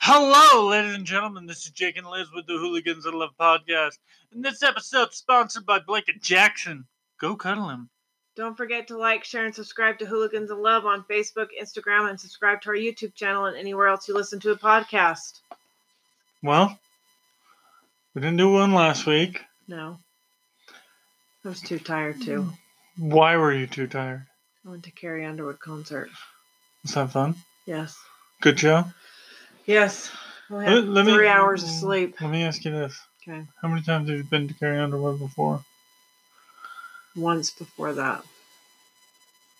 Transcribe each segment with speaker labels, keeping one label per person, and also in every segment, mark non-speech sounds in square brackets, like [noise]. Speaker 1: Hello, ladies and gentlemen. This is Jake and Liz with the Hooligans of Love podcast. And this episode's sponsored by Blake and Jackson. Go cuddle him.
Speaker 2: Don't forget to like, share, and subscribe to Hooligans of Love on Facebook, Instagram, and subscribe to our YouTube channel and anywhere else you listen to a podcast.
Speaker 1: Well, we didn't do one last week.
Speaker 2: No. I was too tired to.
Speaker 1: Why were you too tired?
Speaker 2: I went to Carrie Underwood concert.
Speaker 1: Was that fun?
Speaker 2: Yes.
Speaker 1: Good show?
Speaker 2: Yes. I had three hours of sleep.
Speaker 1: Let me ask you this.
Speaker 2: Okay.
Speaker 1: How many times have you been to Carrie Underwood before?
Speaker 2: Once before that.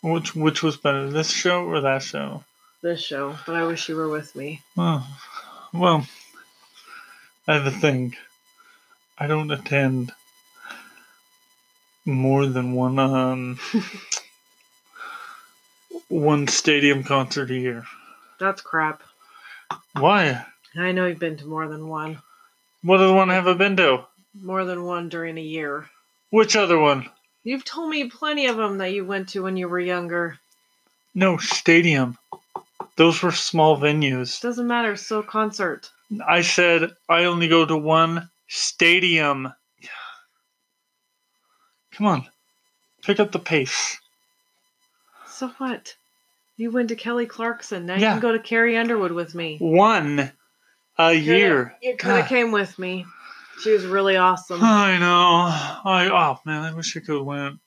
Speaker 1: Which which was better, this show or that show?
Speaker 2: This show. But I wish you were with me.
Speaker 1: Oh, well, I have a thing. I don't attend more than one um one stadium concert a year.
Speaker 2: That's crap.
Speaker 1: Why?
Speaker 2: I know you've been to more than one.
Speaker 1: What other one have I been to?
Speaker 2: More than one during a year.
Speaker 1: Which other one?
Speaker 2: You've told me plenty of them that you went to when you were younger.
Speaker 1: No, stadium. Those were small venues.
Speaker 2: Doesn't matter. Still concert.
Speaker 1: I said I only go to one stadium. Come on. Pick up the pace.
Speaker 2: So what? You went to Kelly Clarkson. Now
Speaker 1: Yeah.
Speaker 2: you can go to Carrie Underwood with me.
Speaker 1: One a year.
Speaker 2: You could have
Speaker 1: God.
Speaker 2: came with me. She was really awesome.
Speaker 1: I know. I oh man, I wish I could have went.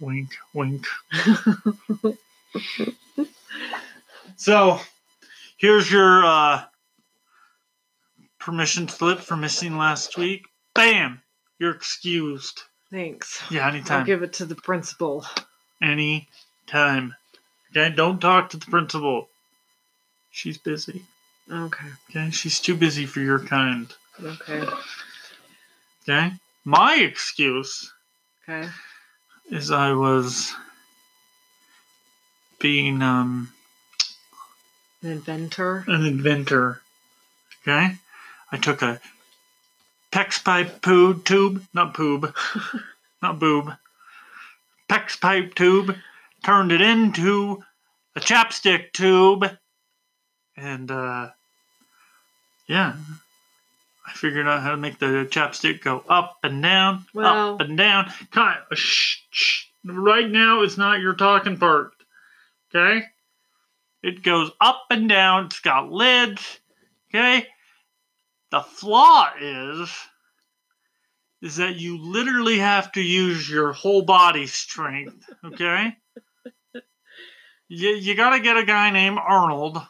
Speaker 1: Wink, wink. so, here's your uh, permission slip for missing last week. Bam, you're excused.
Speaker 2: Thanks.
Speaker 1: Yeah,
Speaker 2: I'll
Speaker 1: anytime,
Speaker 2: give it to the principal.
Speaker 1: any time. Okay, don't talk to the principal. She's busy.
Speaker 2: Okay.
Speaker 1: Okay, she's too busy for your kind.
Speaker 2: Okay.
Speaker 1: Okay, my excuse
Speaker 2: Okay.
Speaker 1: is I was being um,
Speaker 2: An inventor.
Speaker 1: an inventor. Okay? I took a PEX pipe poo tube, not poob, not boob, PEX pipe tube, turned it into a chapstick tube, and uh, yeah. I figured out how to make the chapstick go up and down,
Speaker 2: Well-
Speaker 1: up and down. Kind shh, shh. Right now, it's not your talking part. Okay? It goes up and down. It's got lids. Okay? The flaw is is that you literally have to use your whole body strength, okay? you you got to get a guy named
Speaker 2: [laughs]
Speaker 1: Arnold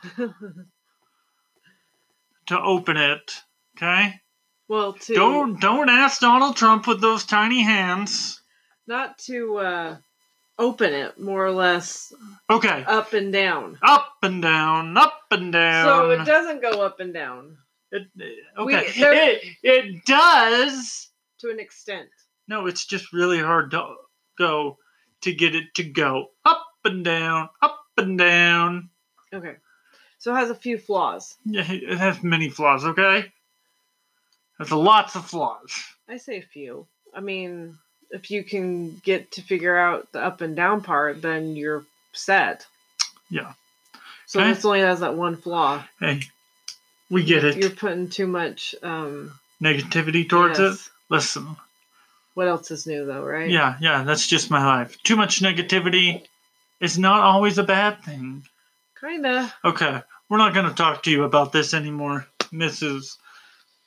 Speaker 1: to open it, okay?
Speaker 2: well, to
Speaker 1: Don't don't ask Donald Trump with those tiny hands.
Speaker 2: not to uh, open it more or less
Speaker 1: Okay.
Speaker 2: up and down.
Speaker 1: Up and down, up and down.
Speaker 2: So it doesn't go up and down
Speaker 1: It-
Speaker 2: We-
Speaker 1: okay.
Speaker 2: there-
Speaker 1: it, it does.
Speaker 2: to an extent.
Speaker 1: No, it's just really hard to go to get it to go up and down, up and down.
Speaker 2: Okay. So it has a few flaws.
Speaker 1: Yeah, It has many flaws. Okay, has lots of flaws.
Speaker 2: I say a few. I mean, if you can get to figure out the up and down part, then you're set.
Speaker 1: Yeah.
Speaker 2: So
Speaker 1: Okay.
Speaker 2: this only has that one flaw.
Speaker 1: Hey, we get it.
Speaker 2: You're putting too much. Um,
Speaker 1: Negativity towards it.
Speaker 2: yes.
Speaker 1: Listen,
Speaker 2: What else is new though, right?
Speaker 1: yeah, yeah, that's just my life. Too much negativity is not always a bad thing.
Speaker 2: Kinda.
Speaker 1: Okay, we're not going to talk to you about this anymore, Mrs.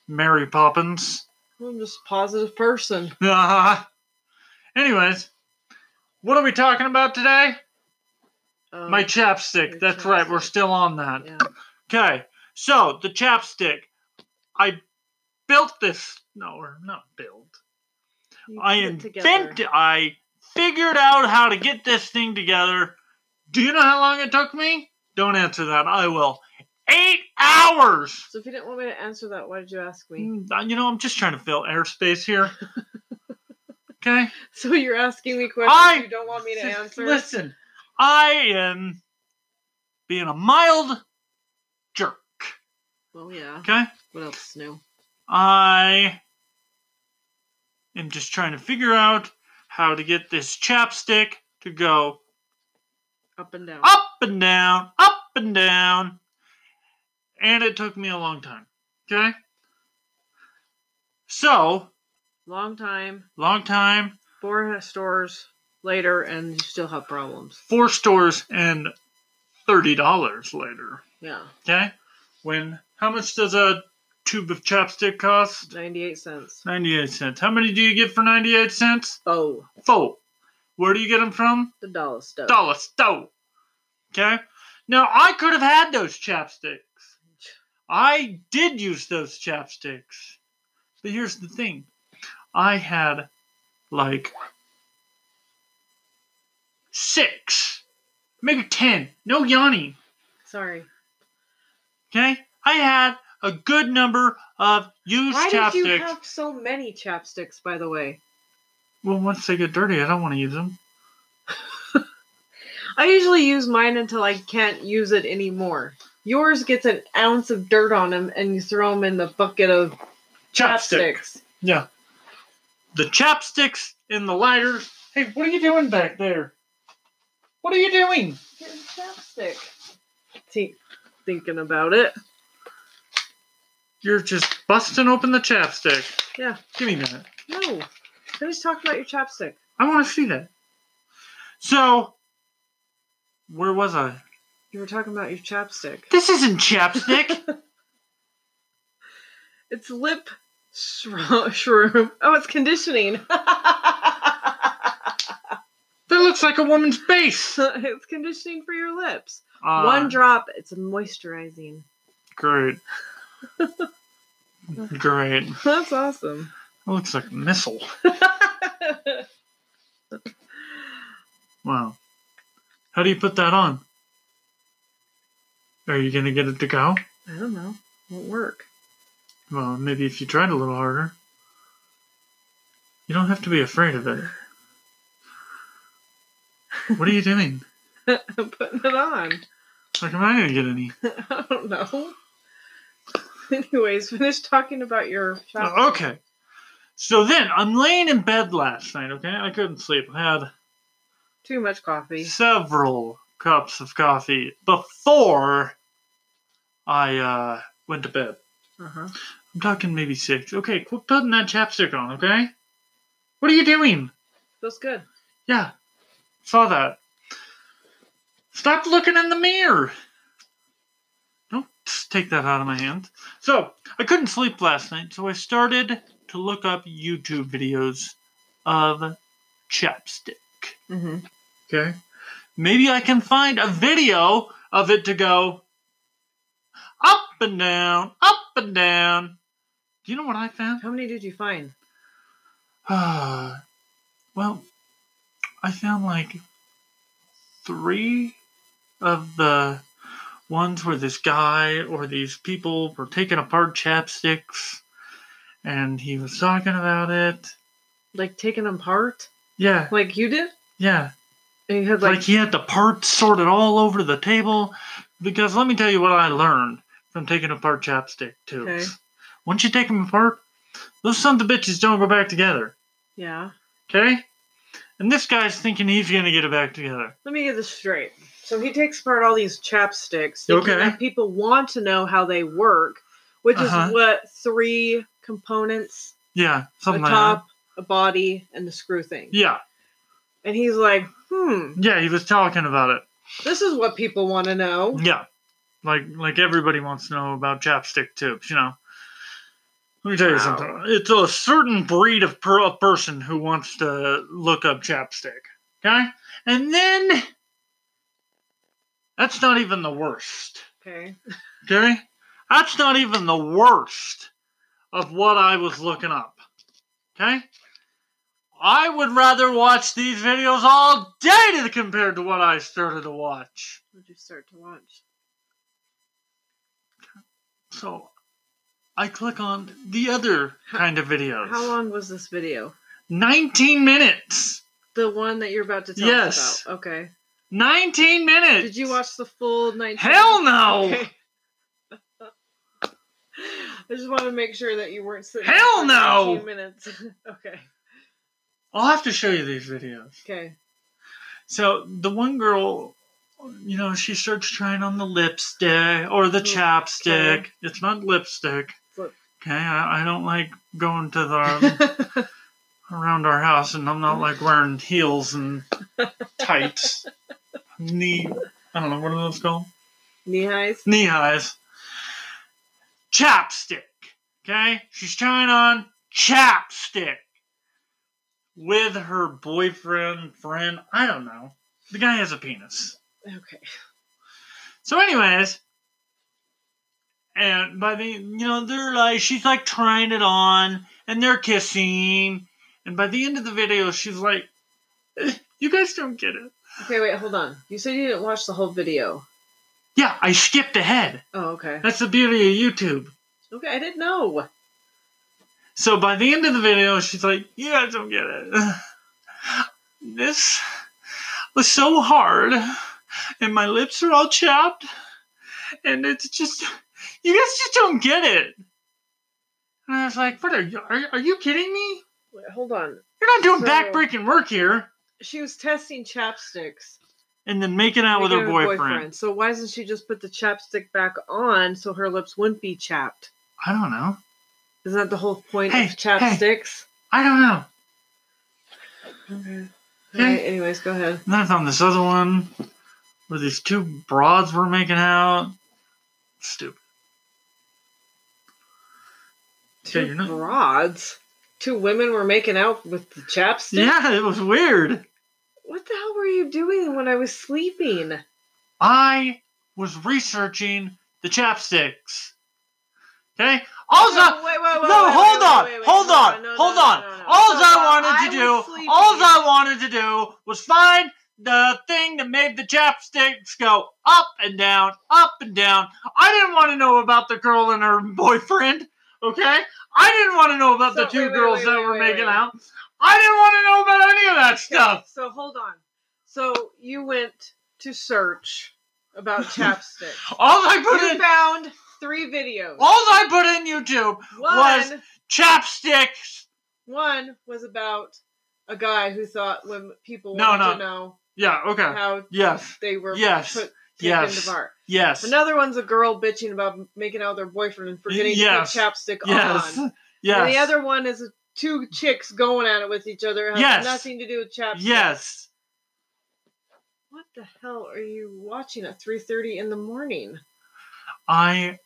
Speaker 1: Mary Poppins. [laughs]
Speaker 2: I'm just a positive person.
Speaker 1: Uh-huh. Anyways, what are we talking about today?
Speaker 2: Um,
Speaker 1: My chapstick.
Speaker 2: your
Speaker 1: That's right. We're
Speaker 2: chapstick.
Speaker 1: still on that.
Speaker 2: yeah.
Speaker 1: Okay. So the chapstick. I built this. No, or not built.
Speaker 2: You
Speaker 1: I
Speaker 2: put it together.
Speaker 1: invented. I figured out how to get this thing together. Do you know how long it took me? Don't answer that. I will. Eight hours.
Speaker 2: So if you didn't want me to answer that, why did you ask me?
Speaker 1: Mm, You know, I'm just trying to fill airspace here. Okay.
Speaker 2: [laughs] So you're asking me questions
Speaker 1: I-
Speaker 2: you don't
Speaker 1: [laughs]
Speaker 2: want me to
Speaker 1: Sis-
Speaker 2: answer.
Speaker 1: Listen, I am being a mild jerk.
Speaker 2: Well, yeah.
Speaker 1: Okay,
Speaker 2: What else is new?
Speaker 1: I am just trying to figure out how to get this chapstick to go
Speaker 2: Up and down.
Speaker 1: up and down, up and down, and it took me a long time. Okay? So,
Speaker 2: Long time,
Speaker 1: long time,
Speaker 2: four stores later, and you still have problems.
Speaker 1: four stores and $30 later.
Speaker 2: Yeah,
Speaker 1: Okay? When, how much does a tube of chapstick cost?
Speaker 2: 98 cents.
Speaker 1: 98 cents. How many do you get for 98 cents?
Speaker 2: Oh,
Speaker 1: Four. Where do you get them from?
Speaker 2: the dollar store.
Speaker 1: Dollar store. Okay? Now, I could have had those chapsticks. I did use those chapsticks. But here's the thing I had like six, maybe ten. No yawning.
Speaker 2: Sorry.
Speaker 1: Okay? I had a good number of used
Speaker 2: Why
Speaker 1: chapsticks.
Speaker 2: did you have so many chapsticks, by the way?
Speaker 1: well, once they get dirty, I don't want to use them.
Speaker 2: I usually use mine until I can't use it anymore. Yours gets an ounce of dirt on them, and you throw them in the bucket of chapsticks.
Speaker 1: Yeah. The chapsticks in the lighter. Hey, what are you doing back there? What are you doing?
Speaker 2: Get a chapstick. See, thinking about it.
Speaker 1: You're just busting open the chapstick.
Speaker 2: Yeah.
Speaker 1: Give me that.
Speaker 2: No. Finish talking about your chapstick.
Speaker 1: I want to see that. So, where was I?
Speaker 2: You were talking about your chapstick.
Speaker 1: This isn't chapstick.
Speaker 2: It's lip shro- [laughs] shroom. Oh, it's conditioning. [laughs]
Speaker 1: that looks like a woman's
Speaker 2: [laughs]
Speaker 1: face.
Speaker 2: it's conditioning for your lips.
Speaker 1: Ah,
Speaker 2: One drop, it's moisturizing. [laughs]
Speaker 1: Great. Great.
Speaker 2: That's awesome.
Speaker 1: That looks like a missile. Wow. How do you put that on? Are you going to get it to go?
Speaker 2: I don't know. Won't work. [laughs]
Speaker 1: Well, maybe if you tried a little harder. You don't have to be afraid of it. What are you doing?
Speaker 2: I'm putting it on. [laughs]
Speaker 1: Like, am I going to get any?
Speaker 2: I don't know. [laughs] Anyways, finish talking about your chapstick.
Speaker 1: Oh, okay. So then, I'm laying in bed last night, okay? I couldn't sleep. I
Speaker 2: Too much
Speaker 1: had
Speaker 2: coffee.
Speaker 1: several cups of coffee before I uh, went to bed.
Speaker 2: Uh-huh.
Speaker 1: I'm talking maybe six. Okay, quit putting that chapstick on, okay? What are you doing?
Speaker 2: Feels good.
Speaker 1: Yeah, saw that. Stop looking in the mirror. Don't take that out of my hands. So, I couldn't sleep last night, so I started to look up YouTube videos of chapstick.
Speaker 2: Mm-hmm.
Speaker 1: Okay. Maybe I can find a video of it to go up and down, up and down. Do you know what I found?
Speaker 2: How many did you find?
Speaker 1: Uh, [sighs] well, I found like three of the ones where this guy or these people were taking apart chapsticks and he was talking about it.
Speaker 2: Like taking them apart?
Speaker 1: Yeah,
Speaker 2: Like you did?
Speaker 1: yeah.
Speaker 2: And you had
Speaker 1: like,
Speaker 2: like
Speaker 1: he had the parts sorted all over the table. Because let me tell you what I learned from taking apart chapstick tubes.
Speaker 2: Okay.
Speaker 1: Once you take them apart, those sons of bitches don't go back together.
Speaker 2: yeah.
Speaker 1: Okay? And this guy's thinking he's gonna get it back together.
Speaker 2: Let me get this straight. So he takes apart all these chapsticks. thinking
Speaker 1: Okay.
Speaker 2: that people want to know how they work, which
Speaker 1: Uh-huh.
Speaker 2: is what three components
Speaker 1: Yeah, something
Speaker 2: a
Speaker 1: like
Speaker 2: top, a body, and the screw thing.
Speaker 1: that. Yeah,
Speaker 2: And he's like, hmm,
Speaker 1: yeah, he was talking about it.
Speaker 2: this is what people want to know.
Speaker 1: Yeah. Like like everybody wants to know about chapstick tubes, you know. Let me tell you
Speaker 2: Wow.
Speaker 1: something. It's a certain breed of per- of person who wants to look up chapstick. Okay? And then that's not even the worst.
Speaker 2: Okay.
Speaker 1: Okay? That's not even the worst of what I was looking up. Okay? I would rather watch these videos all day to compared to what I started to watch.
Speaker 2: What'd you start to watch?
Speaker 1: So I click on the other kind of videos.
Speaker 2: How long was this video?
Speaker 1: 19 minutes.
Speaker 2: The one that you're about to tell
Speaker 1: Yes.
Speaker 2: us about. Okay.
Speaker 1: 19 minutes.
Speaker 2: Did you watch the full 19? [laughs]
Speaker 1: Hell no.
Speaker 2: I just want to make sure that you weren't sitting.
Speaker 1: Hell
Speaker 2: for
Speaker 1: no!
Speaker 2: 19 minutes. [laughs] okay.
Speaker 1: I'll have to show you these videos.
Speaker 2: Okay.
Speaker 1: So the one girl you know, she starts trying on the lipstick or the
Speaker 2: Mm,
Speaker 1: chapstick.
Speaker 2: okay.
Speaker 1: It's not lipstick.
Speaker 2: It's lip-
Speaker 1: Okay, I, I don't like going to
Speaker 2: [laughs]
Speaker 1: the around our house, and I'm not like wearing heels
Speaker 2: [laughs]
Speaker 1: and tights, knee. I don't know what are those called?
Speaker 2: Knee highs.
Speaker 1: Knee highs. Chapstick. Okay, she's trying on chapstick with her boyfriend, friend. I don't know. The guy has a penis.
Speaker 2: Okay.
Speaker 1: So, anyways, and by the you know they're like she's like trying it on and they're kissing, and by the end of the video she's like, "Eh, "You guys don't get it."
Speaker 2: Okay, wait, hold on. You said you didn't watch the whole video.
Speaker 1: Yeah, I skipped ahead.
Speaker 2: Oh, okay.
Speaker 1: That's the beauty of YouTube.
Speaker 2: Okay, I didn't know.
Speaker 1: So by the end of the video, she's like, "You guys don't get it. [laughs] This was so hard, and my lips are all chapped, and it's just you guys just don't get it." And I was like, "What are you? Are, are you kidding me?
Speaker 2: Wait, hold on.
Speaker 1: You're not doing
Speaker 2: So-
Speaker 1: back-breaking work here."
Speaker 2: She was testing chapsticks.
Speaker 1: And then making out with her
Speaker 2: making it
Speaker 1: boyfriend.
Speaker 2: So why doesn't she just put the chapstick back on so her lips wouldn't be chapped?
Speaker 1: I don't know.
Speaker 2: Isn't that the whole point
Speaker 1: Hey,
Speaker 2: of
Speaker 1: hey.
Speaker 2: chapsticks?
Speaker 1: I don't know.
Speaker 2: Okay.
Speaker 1: Hey.
Speaker 2: Alright, anyways, go ahead.
Speaker 1: And then I found this other one where these two broads were making out. Stupid. Yeah,
Speaker 2: Two
Speaker 1: you're not-
Speaker 2: broads. Two women were making out with the chapstick.
Speaker 1: Yeah, it was weird.
Speaker 2: What the hell were you doing when I was sleeping?
Speaker 1: I was researching the chapsticks. Okay? Also,
Speaker 2: No, wait, wait, wait,
Speaker 1: no,
Speaker 2: wait,
Speaker 1: hold
Speaker 2: wait,
Speaker 1: on,
Speaker 2: wait, wait,
Speaker 1: hold
Speaker 2: no,
Speaker 1: on,
Speaker 2: no, no,
Speaker 1: hold
Speaker 2: no,
Speaker 1: on.
Speaker 2: no, no, no.
Speaker 1: All
Speaker 2: So
Speaker 1: I
Speaker 2: while
Speaker 1: wanted to
Speaker 2: was
Speaker 1: do,
Speaker 2: sleeping-
Speaker 1: all I wanted to do was find the thing that made the chapsticks go up and down, up and down. I didn't want to know about the girl and her boyfriend, okay? I didn't want to know about the
Speaker 2: So,
Speaker 1: two
Speaker 2: wait, wait,
Speaker 1: girls
Speaker 2: wait,
Speaker 1: that
Speaker 2: wait,
Speaker 1: were
Speaker 2: wait,
Speaker 1: making
Speaker 2: wait.
Speaker 1: out. I didn't want to know about any of that
Speaker 2: Okay,
Speaker 1: stuff.
Speaker 2: so hold on. So you went to search
Speaker 1: [laughs]
Speaker 2: about chapstick.
Speaker 1: All I put
Speaker 2: you
Speaker 1: in,
Speaker 2: found three videos.
Speaker 1: all I put in YouTube
Speaker 2: one,
Speaker 1: was- chapsticks.
Speaker 2: one was about a guy who thought when people
Speaker 1: No,
Speaker 2: wanted
Speaker 1: no.
Speaker 2: to know
Speaker 1: Yeah, okay.
Speaker 2: how
Speaker 1: Yes.
Speaker 2: they were
Speaker 1: Yes.
Speaker 2: put taken
Speaker 1: Yes.
Speaker 2: to bar.
Speaker 1: Yes.
Speaker 2: Another one's a girl bitching about making out with her boyfriend and forgetting
Speaker 1: Yes.
Speaker 2: to put chapstick
Speaker 1: yes.
Speaker 2: on.
Speaker 1: Yes.
Speaker 2: And the other one is two chicks going at it with each other. It Has
Speaker 1: Yes.
Speaker 2: nothing to do with chapstick.
Speaker 1: Yes.
Speaker 2: What the hell are you watching at 3.30 in the morning?
Speaker 1: I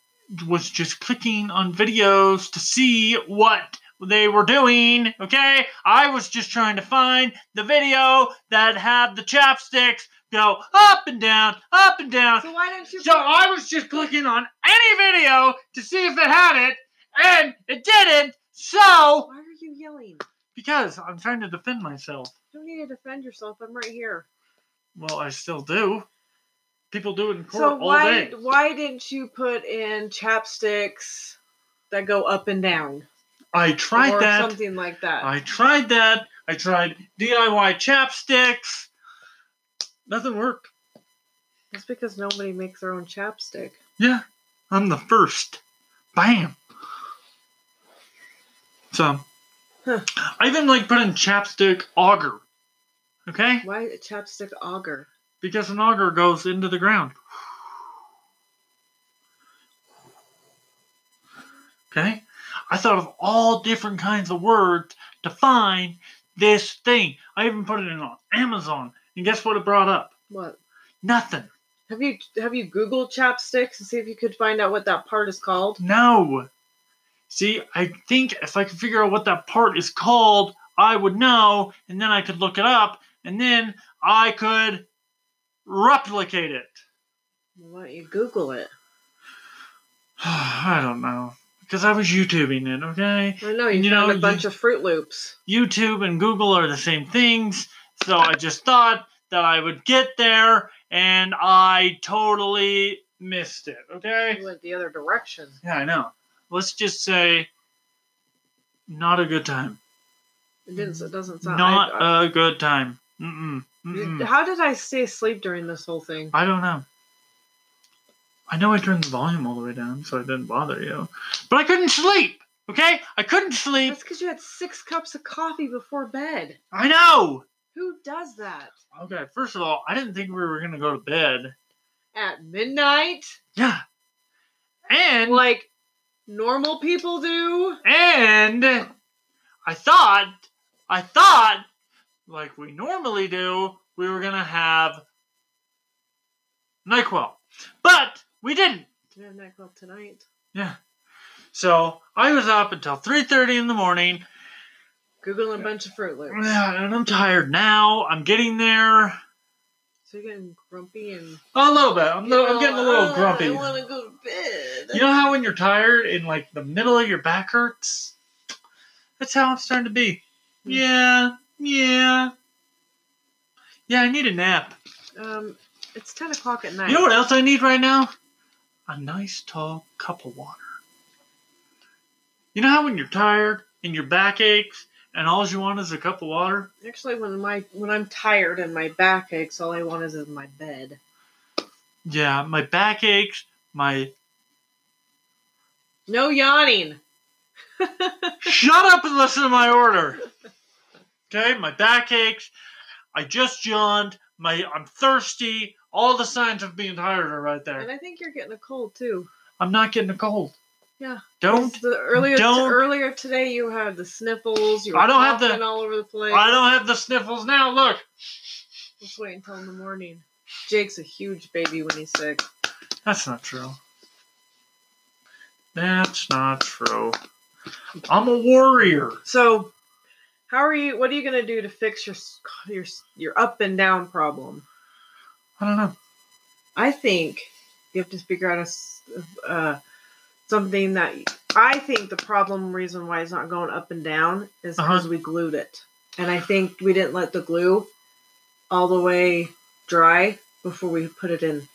Speaker 1: was just clicking on videos to see what they were doing, okay? I was just trying to find the video that had the chapsticks go up and down, up and down.
Speaker 2: So why don't you...
Speaker 1: Uh, So I was just clicking on any video to see if it had it, and it didn't. So,
Speaker 2: Why are you yelling?
Speaker 1: because I'm trying to defend myself.
Speaker 2: You don't need to defend yourself. I'm right here.
Speaker 1: Well, I still do. People do it in court
Speaker 2: So
Speaker 1: all
Speaker 2: why
Speaker 1: day.
Speaker 2: why didn't you put in chapsticks that go up and down
Speaker 1: I tried
Speaker 2: or
Speaker 1: that.
Speaker 2: something like that?
Speaker 1: I tried that. I tried DIY chapsticks. Nothing worked.
Speaker 2: That's because nobody makes their own chapstick.
Speaker 1: Yeah, I'm the first. Bam. So,
Speaker 2: Huh.
Speaker 1: I even like putting chapstick auger. Okay?
Speaker 2: Why a chapstick auger?
Speaker 1: Because an auger goes into the ground. Okay? I thought of all different kinds of words to find this thing. I even put it in on Amazon. And guess what it brought up?
Speaker 2: What?
Speaker 1: Nothing.
Speaker 2: Have you have you Googled chapsticks and see if you could find out what that part is called?
Speaker 1: No. See, I think if I could figure out what that part is called, I would know, and then I could look it up, and then I could replicate it.
Speaker 2: Why don't you Google it?
Speaker 1: [sighs] I don't know. Because I was YouTubing it, okay?
Speaker 2: I know you,
Speaker 1: You
Speaker 2: found
Speaker 1: know,
Speaker 2: a
Speaker 1: you-
Speaker 2: bunch of Fruit Loops.
Speaker 1: YouTube and Google are the same things. So I just thought that I would get there and I totally missed it, okay?
Speaker 2: You went the other direction.
Speaker 1: Yeah, I know. Let's just say not a good time.
Speaker 2: It didn't. It doesn't sound.
Speaker 1: Mm, Not
Speaker 2: I,
Speaker 1: a good time. Mm-mm. Mm-mm.
Speaker 2: how did I stay asleep during this whole thing?
Speaker 1: I don't know. I know I turned the volume all the way down, so it didn't bother you. But I couldn't sleep, okay? I couldn't sleep.
Speaker 2: That's because you had six cups of coffee before bed.
Speaker 1: I know.
Speaker 2: Who does that?
Speaker 1: Okay, first of all, I didn't think we were gonna go to bed.
Speaker 2: At midnight?
Speaker 1: Yeah. And
Speaker 2: Like normal people do?
Speaker 1: and I thought I thought like we normally do, we were gonna have NyQuil. But we didn't.
Speaker 2: Did I have NyQuil tonight?
Speaker 1: Yeah. So I was up until three thirty in the morning
Speaker 2: Googling a bunch of Fruit Loops.
Speaker 1: Yeah, and I'm tired now. I'm getting there.
Speaker 2: So you're getting grumpy and.
Speaker 1: A little bit. I'm, I'm getting a little
Speaker 2: Oh,
Speaker 1: grumpy.
Speaker 2: I want to go to bed.
Speaker 1: You know how when you're tired and like the middle of your back hurts? That's how I'm starting to be.
Speaker 2: Hmm.
Speaker 1: Yeah, yeah. Yeah, I need a nap.
Speaker 2: Um, it's 10 o'clock at night.
Speaker 1: You know what else I need right now? A nice tall cup of water. You know how when you're tired and your back aches and all you want is a cup of water?
Speaker 2: Actually, when my when I'm tired and my back aches, all I want is in my bed.
Speaker 1: Yeah, my back aches, my
Speaker 2: No yawning.
Speaker 1: Shut up and listen to my order. Okay, my back aches. I just yawned. My I'm thirsty. All the signs of being tired are right
Speaker 2: And
Speaker 1: there.
Speaker 2: I think you're getting a cold too.
Speaker 1: I'm not getting a cold.
Speaker 2: Yeah.
Speaker 1: Don't
Speaker 2: The earlier
Speaker 1: don't-
Speaker 2: earlier today you had the sniffles. You were
Speaker 1: I don't have the-
Speaker 2: coughing all over the place.
Speaker 1: I don't have the sniffles now. Look.
Speaker 2: Let's wait until in the morning. Jake's a huge baby when he's sick.
Speaker 1: That's not true. That's not true. I'm a warrior.
Speaker 2: So, how are you? What are you gonna do to fix your s- your s- your up and down problem?
Speaker 1: I don't know.
Speaker 2: I think you have to figure out a s- uh, something that I think the problem reason why it's not going up and down is
Speaker 1: Uh-huh.
Speaker 2: because we glued it, and I think we didn't let the glue all the way dry before we put it in,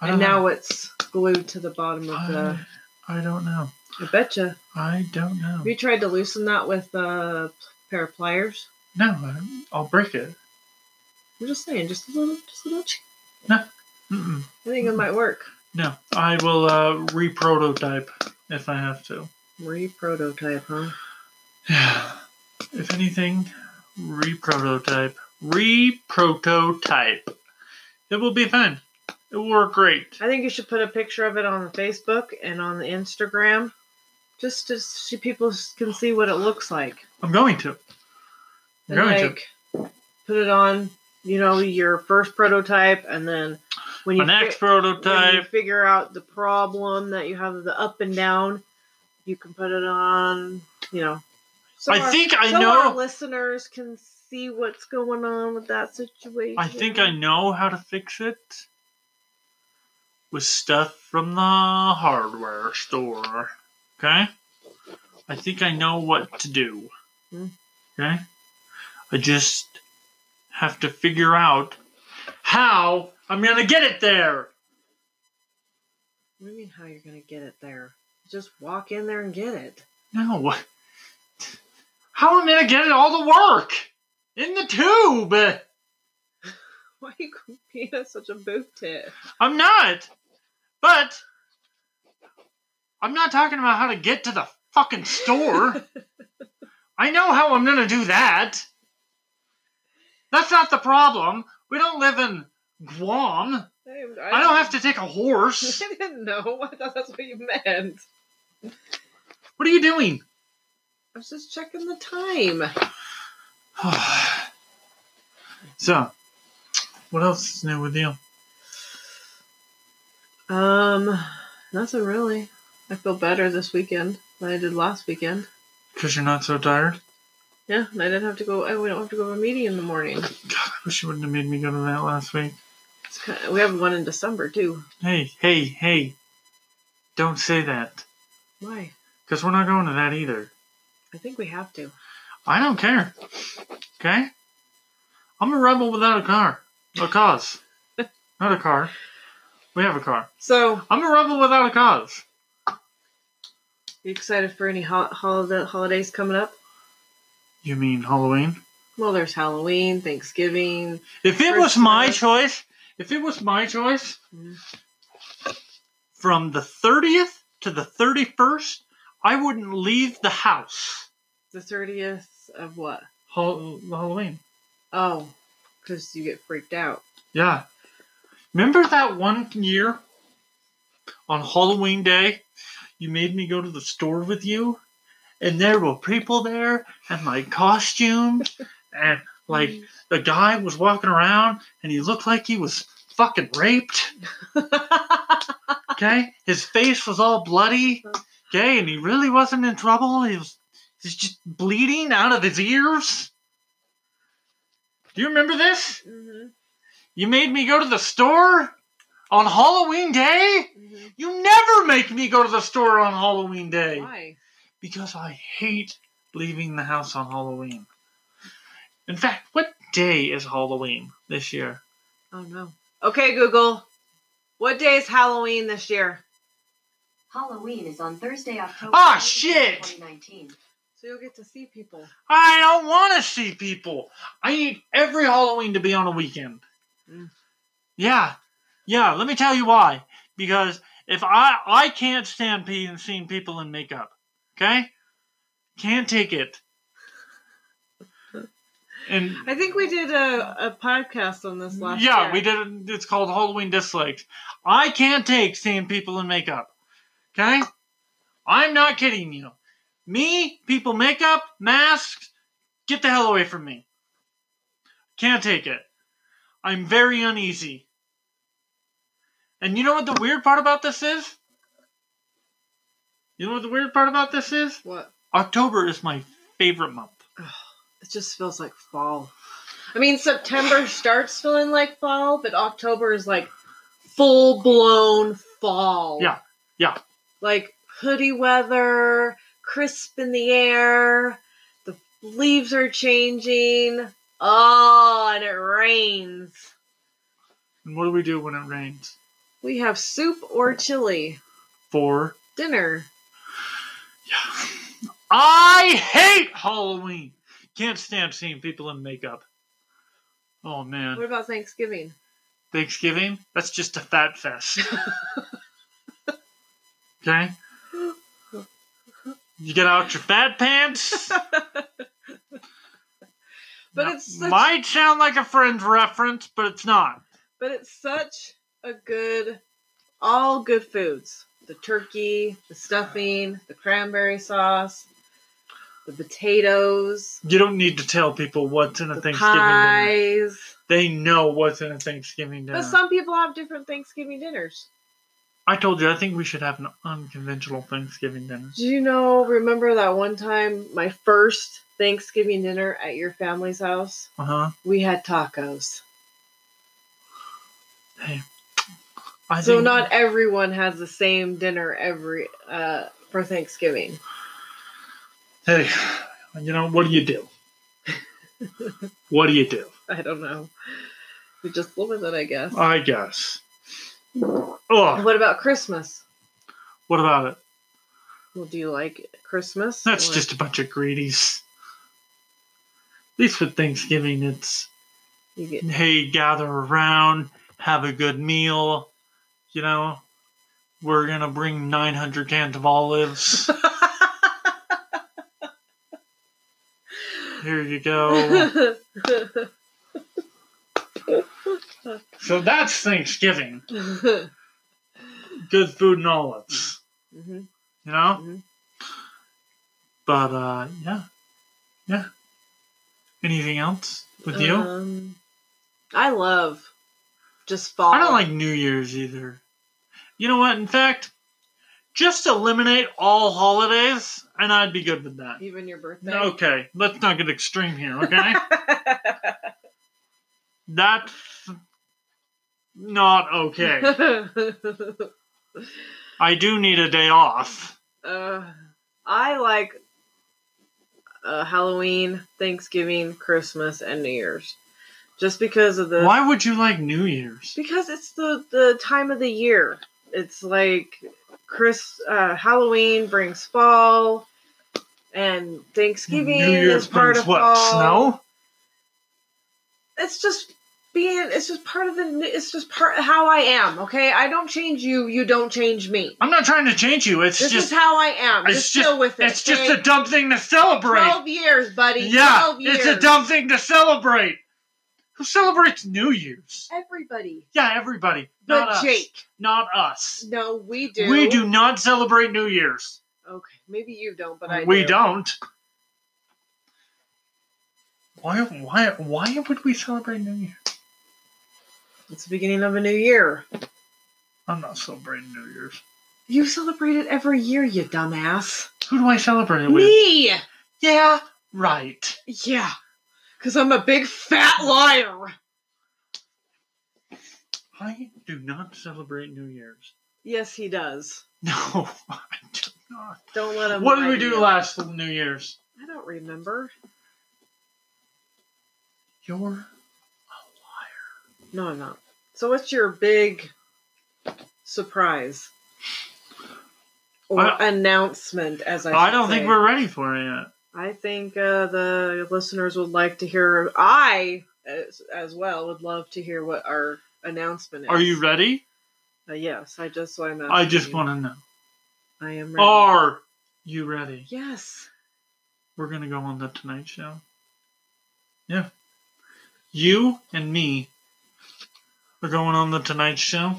Speaker 1: I
Speaker 2: and
Speaker 1: don't
Speaker 2: now
Speaker 1: know. Um.
Speaker 2: it's glued to the bottom of the.
Speaker 1: I, I don't know.
Speaker 2: I betcha.
Speaker 1: I don't know.
Speaker 2: Have you tried to loosen that with a pair of pliers?
Speaker 1: No, I- I'll break it.
Speaker 2: I'm just saying, just a little, just a little. ch-
Speaker 1: Mm-mm.
Speaker 2: I think
Speaker 1: Hmm.
Speaker 2: it might work.
Speaker 1: No, I will uh, re-prototype if I have to.
Speaker 2: Re-prototype, huh?
Speaker 1: if anything, re-prototype, re-prototype. It will be fun. It will work great.
Speaker 2: I think you should put a picture of it on the Facebook and on the Instagram, just to see people s- can see what it looks like.
Speaker 1: I'm going to. I'm
Speaker 2: And
Speaker 1: going to.
Speaker 2: like, put it on, you know, your first prototype, and then when you
Speaker 1: My next
Speaker 2: fi- when you
Speaker 1: prototype.
Speaker 2: figure out the problem that you have the up and down, you can put it on. You know, so
Speaker 1: I
Speaker 2: our-
Speaker 1: think I
Speaker 2: so Our
Speaker 1: know.
Speaker 2: listeners can see what's going on with that situation.
Speaker 1: I think I know how to fix it with stuff from the hardware store. Okay? I think I know what to do.
Speaker 2: Hmm.
Speaker 1: Okay? I just have to figure out how I'm going to get it there.
Speaker 2: What do you mean how you're gonna get it there? Just walk in there and get it.
Speaker 1: No. [laughs] How am I going to get it all the work? In the tube.
Speaker 2: Why are you being such a boob tit?
Speaker 1: I'm not. But I'm not talking about how to get to the fucking store. I know how I'm gonna do that. That's not the problem. We don't live in Guam.
Speaker 2: I, am-
Speaker 1: I don't have to take a horse.
Speaker 2: [laughs] I didn't know. I thought that's what you meant.
Speaker 1: What are you doing? [sighs]
Speaker 2: I was just checking the time.
Speaker 1: so, what else is new with you?
Speaker 2: Um, nothing really. I feel better this weekend than I did last weekend.
Speaker 1: Because you're not so tired?
Speaker 2: Yeah, and I didn't have to go. I, we don't have to go to a meeting in the morning.
Speaker 1: God, I wish you wouldn't have made me go to that last week.
Speaker 2: It's kind we have one in December too.
Speaker 1: Hey, hey, hey. Don't say that.
Speaker 2: Why?
Speaker 1: Because we're not going to that either.
Speaker 2: I think we have to.
Speaker 1: I don't care. Okay? I'm a rebel without a car. A cause. [laughs] Not a car. We have a car.
Speaker 2: So,
Speaker 1: I'm a rebel without a cause.
Speaker 2: you excited for any hol- holiday holidays coming up?
Speaker 1: You mean Halloween?
Speaker 2: Well, there's Halloween, Thanksgiving,
Speaker 1: If it was my
Speaker 2: Christmas.
Speaker 1: choice, if it was my choice,
Speaker 2: Mhm.
Speaker 1: Mm-hmm. from the 30th to the 31st, I wouldn't leave the house.
Speaker 2: the 30th of what?
Speaker 1: Hall- Halloween.
Speaker 2: Oh, because you get freaked out.
Speaker 1: Yeah. Remember that one year on Halloween Day? You made me go to the store with you, and there were people there and like costumes, and like
Speaker 2: Mm.
Speaker 1: the guy was walking around and he looked like he was fucking raped. Okay, his face was all bloody. Okay, and he really wasn't in trouble. He was he's just bleeding out of his ears. Do you remember this?
Speaker 2: hmm
Speaker 1: You made me go to the store on Halloween Day?
Speaker 2: mm-hmm,
Speaker 1: You never make me go to the store on Halloween Day
Speaker 2: Why?
Speaker 1: because I hate leaving the house on Halloween. In fact, what day is Halloween this year?
Speaker 2: Oh no. Okay, Google. What day is Halloween this year?
Speaker 3: Halloween is on Thursday, October.
Speaker 1: Ah,
Speaker 3: 18th,
Speaker 1: shit!
Speaker 3: 2019.
Speaker 2: So you'll get to see people.
Speaker 1: I don't want to see people. I need every Halloween to be on a weekend.
Speaker 2: Mm.
Speaker 1: Yeah. Yeah, let me tell you why. Because if I I can't stand pe- seeing people in makeup. Okay? Can't take it. And
Speaker 2: I think we did a, a podcast on this last
Speaker 1: yeah,
Speaker 2: year.
Speaker 1: we did. It's called Halloween dislikes. I can't take seeing people in makeup. Okay, I'm not kidding you. Me, people, makeup, masks, get the hell away from me. Can't take it. I'm very uneasy. And you know what the weird part about this is? You know what the weird part about this is?
Speaker 2: What?
Speaker 1: October is my favorite month.
Speaker 2: It just feels like fall. I mean, September starts feeling like fall, but October is like full blown fall.
Speaker 1: Yeah, yeah.
Speaker 2: Like hoodie weather, crisp in the air, the leaves are changing. Oh, and it rains.
Speaker 1: And what do we do when it rains?
Speaker 2: We have soup or chili.
Speaker 1: For
Speaker 2: Dinner.
Speaker 1: I hate Halloween. Can't stand seeing people in makeup. Oh
Speaker 2: What
Speaker 1: man,
Speaker 2: about Thanksgiving?
Speaker 1: Thanksgiving? That's just a fat
Speaker 2: [laughs]
Speaker 1: fest. okay. You get out your fat pants.
Speaker 2: [laughs] But
Speaker 1: Now,
Speaker 2: it's such-
Speaker 1: might sound like a friend's reference, but it's not.
Speaker 2: But it's such a good, all good foods. The turkey, the stuffing, the cranberry sauce, the potatoes,
Speaker 1: You don't need to tell people what's in a
Speaker 2: the
Speaker 1: Thanksgiving dinner.
Speaker 2: pies.
Speaker 1: They know what's in a Thanksgiving dinner.
Speaker 2: But some people have different Thanksgiving dinners.
Speaker 1: I told you, I think we should have an unconventional Thanksgiving dinner.
Speaker 2: Do you know, remember that one time, my first Thanksgiving dinner at your family's house?
Speaker 1: Uh huh.
Speaker 2: We had tacos.
Speaker 1: I
Speaker 2: So
Speaker 1: think-
Speaker 2: not everyone has the same dinner every uh, for Thanksgiving.
Speaker 1: hey, you know, what do you do? what do you do?
Speaker 2: I don't know. We just live with it, I guess.
Speaker 1: I guess. Oh,
Speaker 2: What about Christmas?
Speaker 1: what about it?
Speaker 2: Well, do you like Christmas?
Speaker 1: That's
Speaker 2: Or-
Speaker 1: just a bunch of greedies. At least with Thanksgiving, it's [laughs]
Speaker 2: you get
Speaker 1: hey, gather around, have a good meal. You know, we're gonna bring 900 cans of
Speaker 2: [laughs]
Speaker 1: olives. Here you go. so that's Thanksgiving.
Speaker 2: hmm
Speaker 1: Good food and olives. you know
Speaker 2: Mhm.
Speaker 1: but uh yeah yeah anything else with you
Speaker 2: Um, I love just fall.
Speaker 1: i don't like new year's either you know what in fact just eliminate all holidays and i'd be good with that
Speaker 2: even your birthday. [laughs]
Speaker 1: okay let's not get extreme here okay that's not
Speaker 2: [laughs]
Speaker 1: okay i do need a day off
Speaker 2: uh, I like uh, Halloween, Thanksgiving, Christmas, and New Year's, just because of the
Speaker 1: why would you like new year's
Speaker 2: Because it's the the time of the year. It's like Chris uh, Halloween brings fall, and Thanksgiving
Speaker 1: new year's
Speaker 2: is part
Speaker 1: brings
Speaker 2: of
Speaker 1: what
Speaker 2: fall.
Speaker 1: snow
Speaker 2: It's just being. It's just part of the. It's just part of how I am. Okay, I don't change you. You don't change me.
Speaker 1: i'm not trying to change you it's
Speaker 2: this
Speaker 1: just
Speaker 2: is how I am.
Speaker 1: it's
Speaker 2: Just,
Speaker 1: just-
Speaker 2: deal with it.
Speaker 1: It's just
Speaker 2: okay?
Speaker 1: a dumb thing to celebrate.
Speaker 2: twelve years, buddy.
Speaker 1: yeah,
Speaker 2: twelve years.
Speaker 1: it's a dumb thing to celebrate. Who celebrates New Year's?
Speaker 2: Everybody.
Speaker 1: Yeah, everybody. Not
Speaker 2: But
Speaker 1: us.
Speaker 2: Jake.
Speaker 1: Not us.
Speaker 2: No, we do.
Speaker 1: We do not celebrate New Year's.
Speaker 2: Okay, maybe you don't, but I.
Speaker 1: we
Speaker 2: do.
Speaker 1: not Why? Why? Why would we celebrate New Year?
Speaker 2: It's the beginning of a new year.
Speaker 1: I'm not celebrating New Year's.
Speaker 2: You celebrate it every year, you dumbass.
Speaker 1: Who do I celebrate it with?
Speaker 2: Me.
Speaker 1: Yeah, right.
Speaker 2: Yeah, because I'm a big fat liar.
Speaker 1: I do not celebrate New Year's. [laughs]
Speaker 2: Yes, he does.
Speaker 1: No, I do not.
Speaker 2: Don't let him.
Speaker 1: What did
Speaker 2: lie
Speaker 1: we
Speaker 2: to
Speaker 1: do
Speaker 2: you.
Speaker 1: last New Year's?
Speaker 2: I don't remember.
Speaker 1: You're a liar.
Speaker 2: No, I'm not. So, what's your big surprise or
Speaker 1: I-
Speaker 2: announcement? As I,
Speaker 1: I,
Speaker 2: should
Speaker 1: don't
Speaker 2: say?
Speaker 1: think we're ready for it yet.
Speaker 2: I think uh, the listeners would like to hear. I as, as well would love to hear what our announcement is.
Speaker 1: Are you ready?
Speaker 2: Uh, yes, I just so I'm.
Speaker 1: I
Speaker 2: asking
Speaker 1: just
Speaker 2: you.
Speaker 1: want to know.
Speaker 2: I am ready.
Speaker 1: Are you ready?
Speaker 2: yes.
Speaker 1: We're going to go on the Tonight Show. Yeah. You and me are going on the Tonight Show.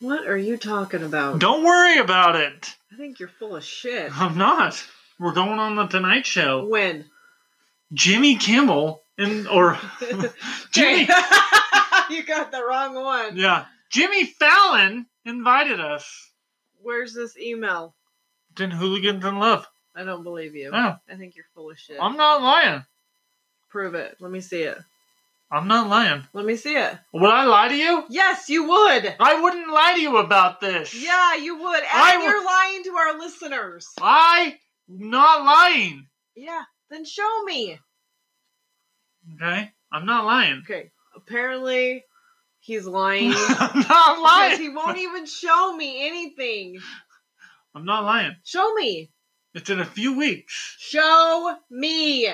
Speaker 2: What are you talking about?
Speaker 1: Don't worry about it.
Speaker 2: I think you're full of shit.
Speaker 1: I'm not. We're going on the Tonight Show. [laughs]
Speaker 2: [laughs] when?
Speaker 1: Jimmy Kimmel and [laughs] or Jimmy
Speaker 2: [laughs] you got the wrong one.
Speaker 1: Yeah. Jimmy Fallon invited us.
Speaker 2: Where's this email?
Speaker 1: Then hooligans in love.
Speaker 2: I don't believe you.
Speaker 1: No,
Speaker 2: I think you're full of shit.
Speaker 1: I'm not lying.
Speaker 2: Prove it. Let me see it.
Speaker 1: I'm not lying.
Speaker 2: Let me see it.
Speaker 1: Would I lie to you?
Speaker 2: Yes, you would.
Speaker 1: I wouldn't lie to you about this.
Speaker 2: Yeah, you would. And
Speaker 1: I would-
Speaker 2: you're lying to our listeners.
Speaker 1: I'm not lying.
Speaker 2: Yeah, then show me.
Speaker 1: Okay? I'm not lying. [laughs]
Speaker 2: Okay. Apparently, he's lying.
Speaker 1: I'm not
Speaker 2: because
Speaker 1: lying.
Speaker 2: he won't even show me anything.
Speaker 1: I'm not lying.
Speaker 2: Show me.
Speaker 1: It's in a few weeks.
Speaker 2: Show me.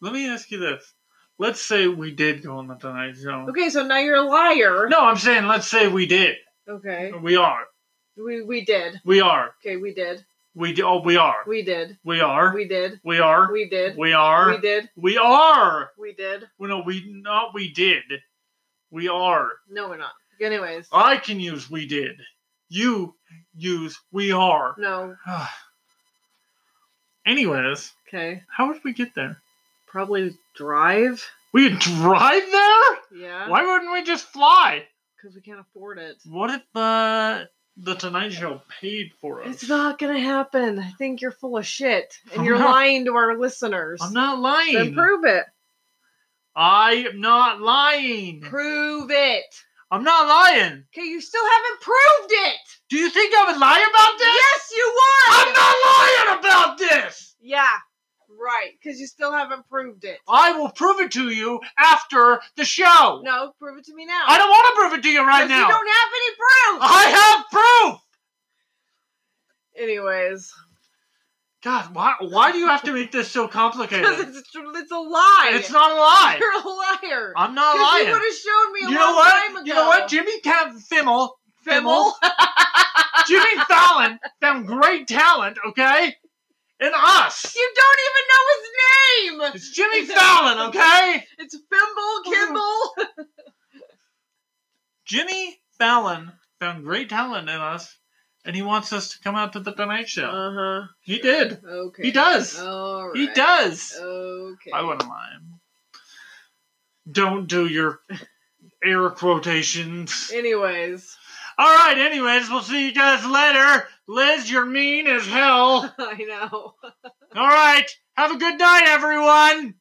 Speaker 1: Let me ask you this. Let's say we did go on the Tonight Show.
Speaker 2: Okay, so now you're a liar.
Speaker 1: No, I'm saying let's say we did.
Speaker 2: Okay.
Speaker 1: We are.
Speaker 2: We we did.
Speaker 1: We are.
Speaker 2: Okay, we did.
Speaker 1: We do. Oh, we are.
Speaker 2: We did.
Speaker 1: We are.
Speaker 2: We did.
Speaker 1: We are.
Speaker 2: We did.
Speaker 1: We are.
Speaker 2: We did.
Speaker 1: We are.
Speaker 2: We did.
Speaker 1: Well, no, we not. We did. We are.
Speaker 2: No, we're not. Anyways.
Speaker 1: I can use we did. You use we are. [sighs]
Speaker 2: No.
Speaker 1: Anyways,
Speaker 2: Okay.
Speaker 1: how would we get there?
Speaker 2: Probably drive.
Speaker 1: We could drive there?
Speaker 2: Yeah.
Speaker 1: Why wouldn't we just fly?
Speaker 2: Because we can't afford it.
Speaker 1: What if uh, the Tonight Show paid for us?
Speaker 2: It's not gonna happen. I think you're full of shit, and
Speaker 1: I'm
Speaker 2: you're
Speaker 1: not.
Speaker 2: lying to our listeners.
Speaker 1: I'm not
Speaker 2: Then
Speaker 1: lying.
Speaker 2: prove it.
Speaker 1: I'm not lying.
Speaker 2: Prove it.
Speaker 1: I'm not lying.
Speaker 2: Okay, you still haven't proved it.
Speaker 1: Do you think I would lie about this?
Speaker 2: Yes, you
Speaker 1: I'm not lying
Speaker 2: would.
Speaker 1: about this.
Speaker 2: Yeah. Right. Because you still haven't proved it.
Speaker 1: I will prove it to you after the show.
Speaker 2: No, prove it to me now.
Speaker 1: I don't want to prove it to you right
Speaker 2: 'Cause
Speaker 1: now.
Speaker 2: You don't have any proof.
Speaker 1: I have proof. [laughs]
Speaker 2: Anyways, [laughs]
Speaker 1: God, why why do you have to make this so
Speaker 2: because
Speaker 1: complicated?
Speaker 2: it's tr- it's a lie.
Speaker 1: It's not a lie.
Speaker 2: You're a liar.
Speaker 1: I'm not
Speaker 2: 'Cause You
Speaker 1: lying.
Speaker 2: would have shown me a
Speaker 1: You know
Speaker 2: long time
Speaker 1: what?
Speaker 2: ago.
Speaker 1: You know what? Jimmy Cam Fimmel,
Speaker 2: Fimmel.
Speaker 1: Jimmy Fallon found great talent, okay? In us.
Speaker 2: [laughs] you don't even know his name.
Speaker 1: It's Jimmy Fallon,
Speaker 2: [laughs]
Speaker 1: okay?
Speaker 2: It's Fimble
Speaker 1: Oh,
Speaker 2: Kimble.
Speaker 1: Jimmy Fallon found great talent in us, and he wants us to come out to the Tonight
Speaker 2: [laughs]
Speaker 1: Show.
Speaker 2: Uh huh.
Speaker 1: He did.
Speaker 2: Okay.
Speaker 1: He does.
Speaker 2: All right. Oh,
Speaker 1: He does.
Speaker 2: Okay.
Speaker 1: I wouldn't lie. Don't do your air quotations.
Speaker 2: Anyways, [laughs]
Speaker 1: All right, anyways, we'll see you guys later. Liz, you're mean as hell.
Speaker 2: I know. [laughs]
Speaker 1: All right, have a good night, everyone.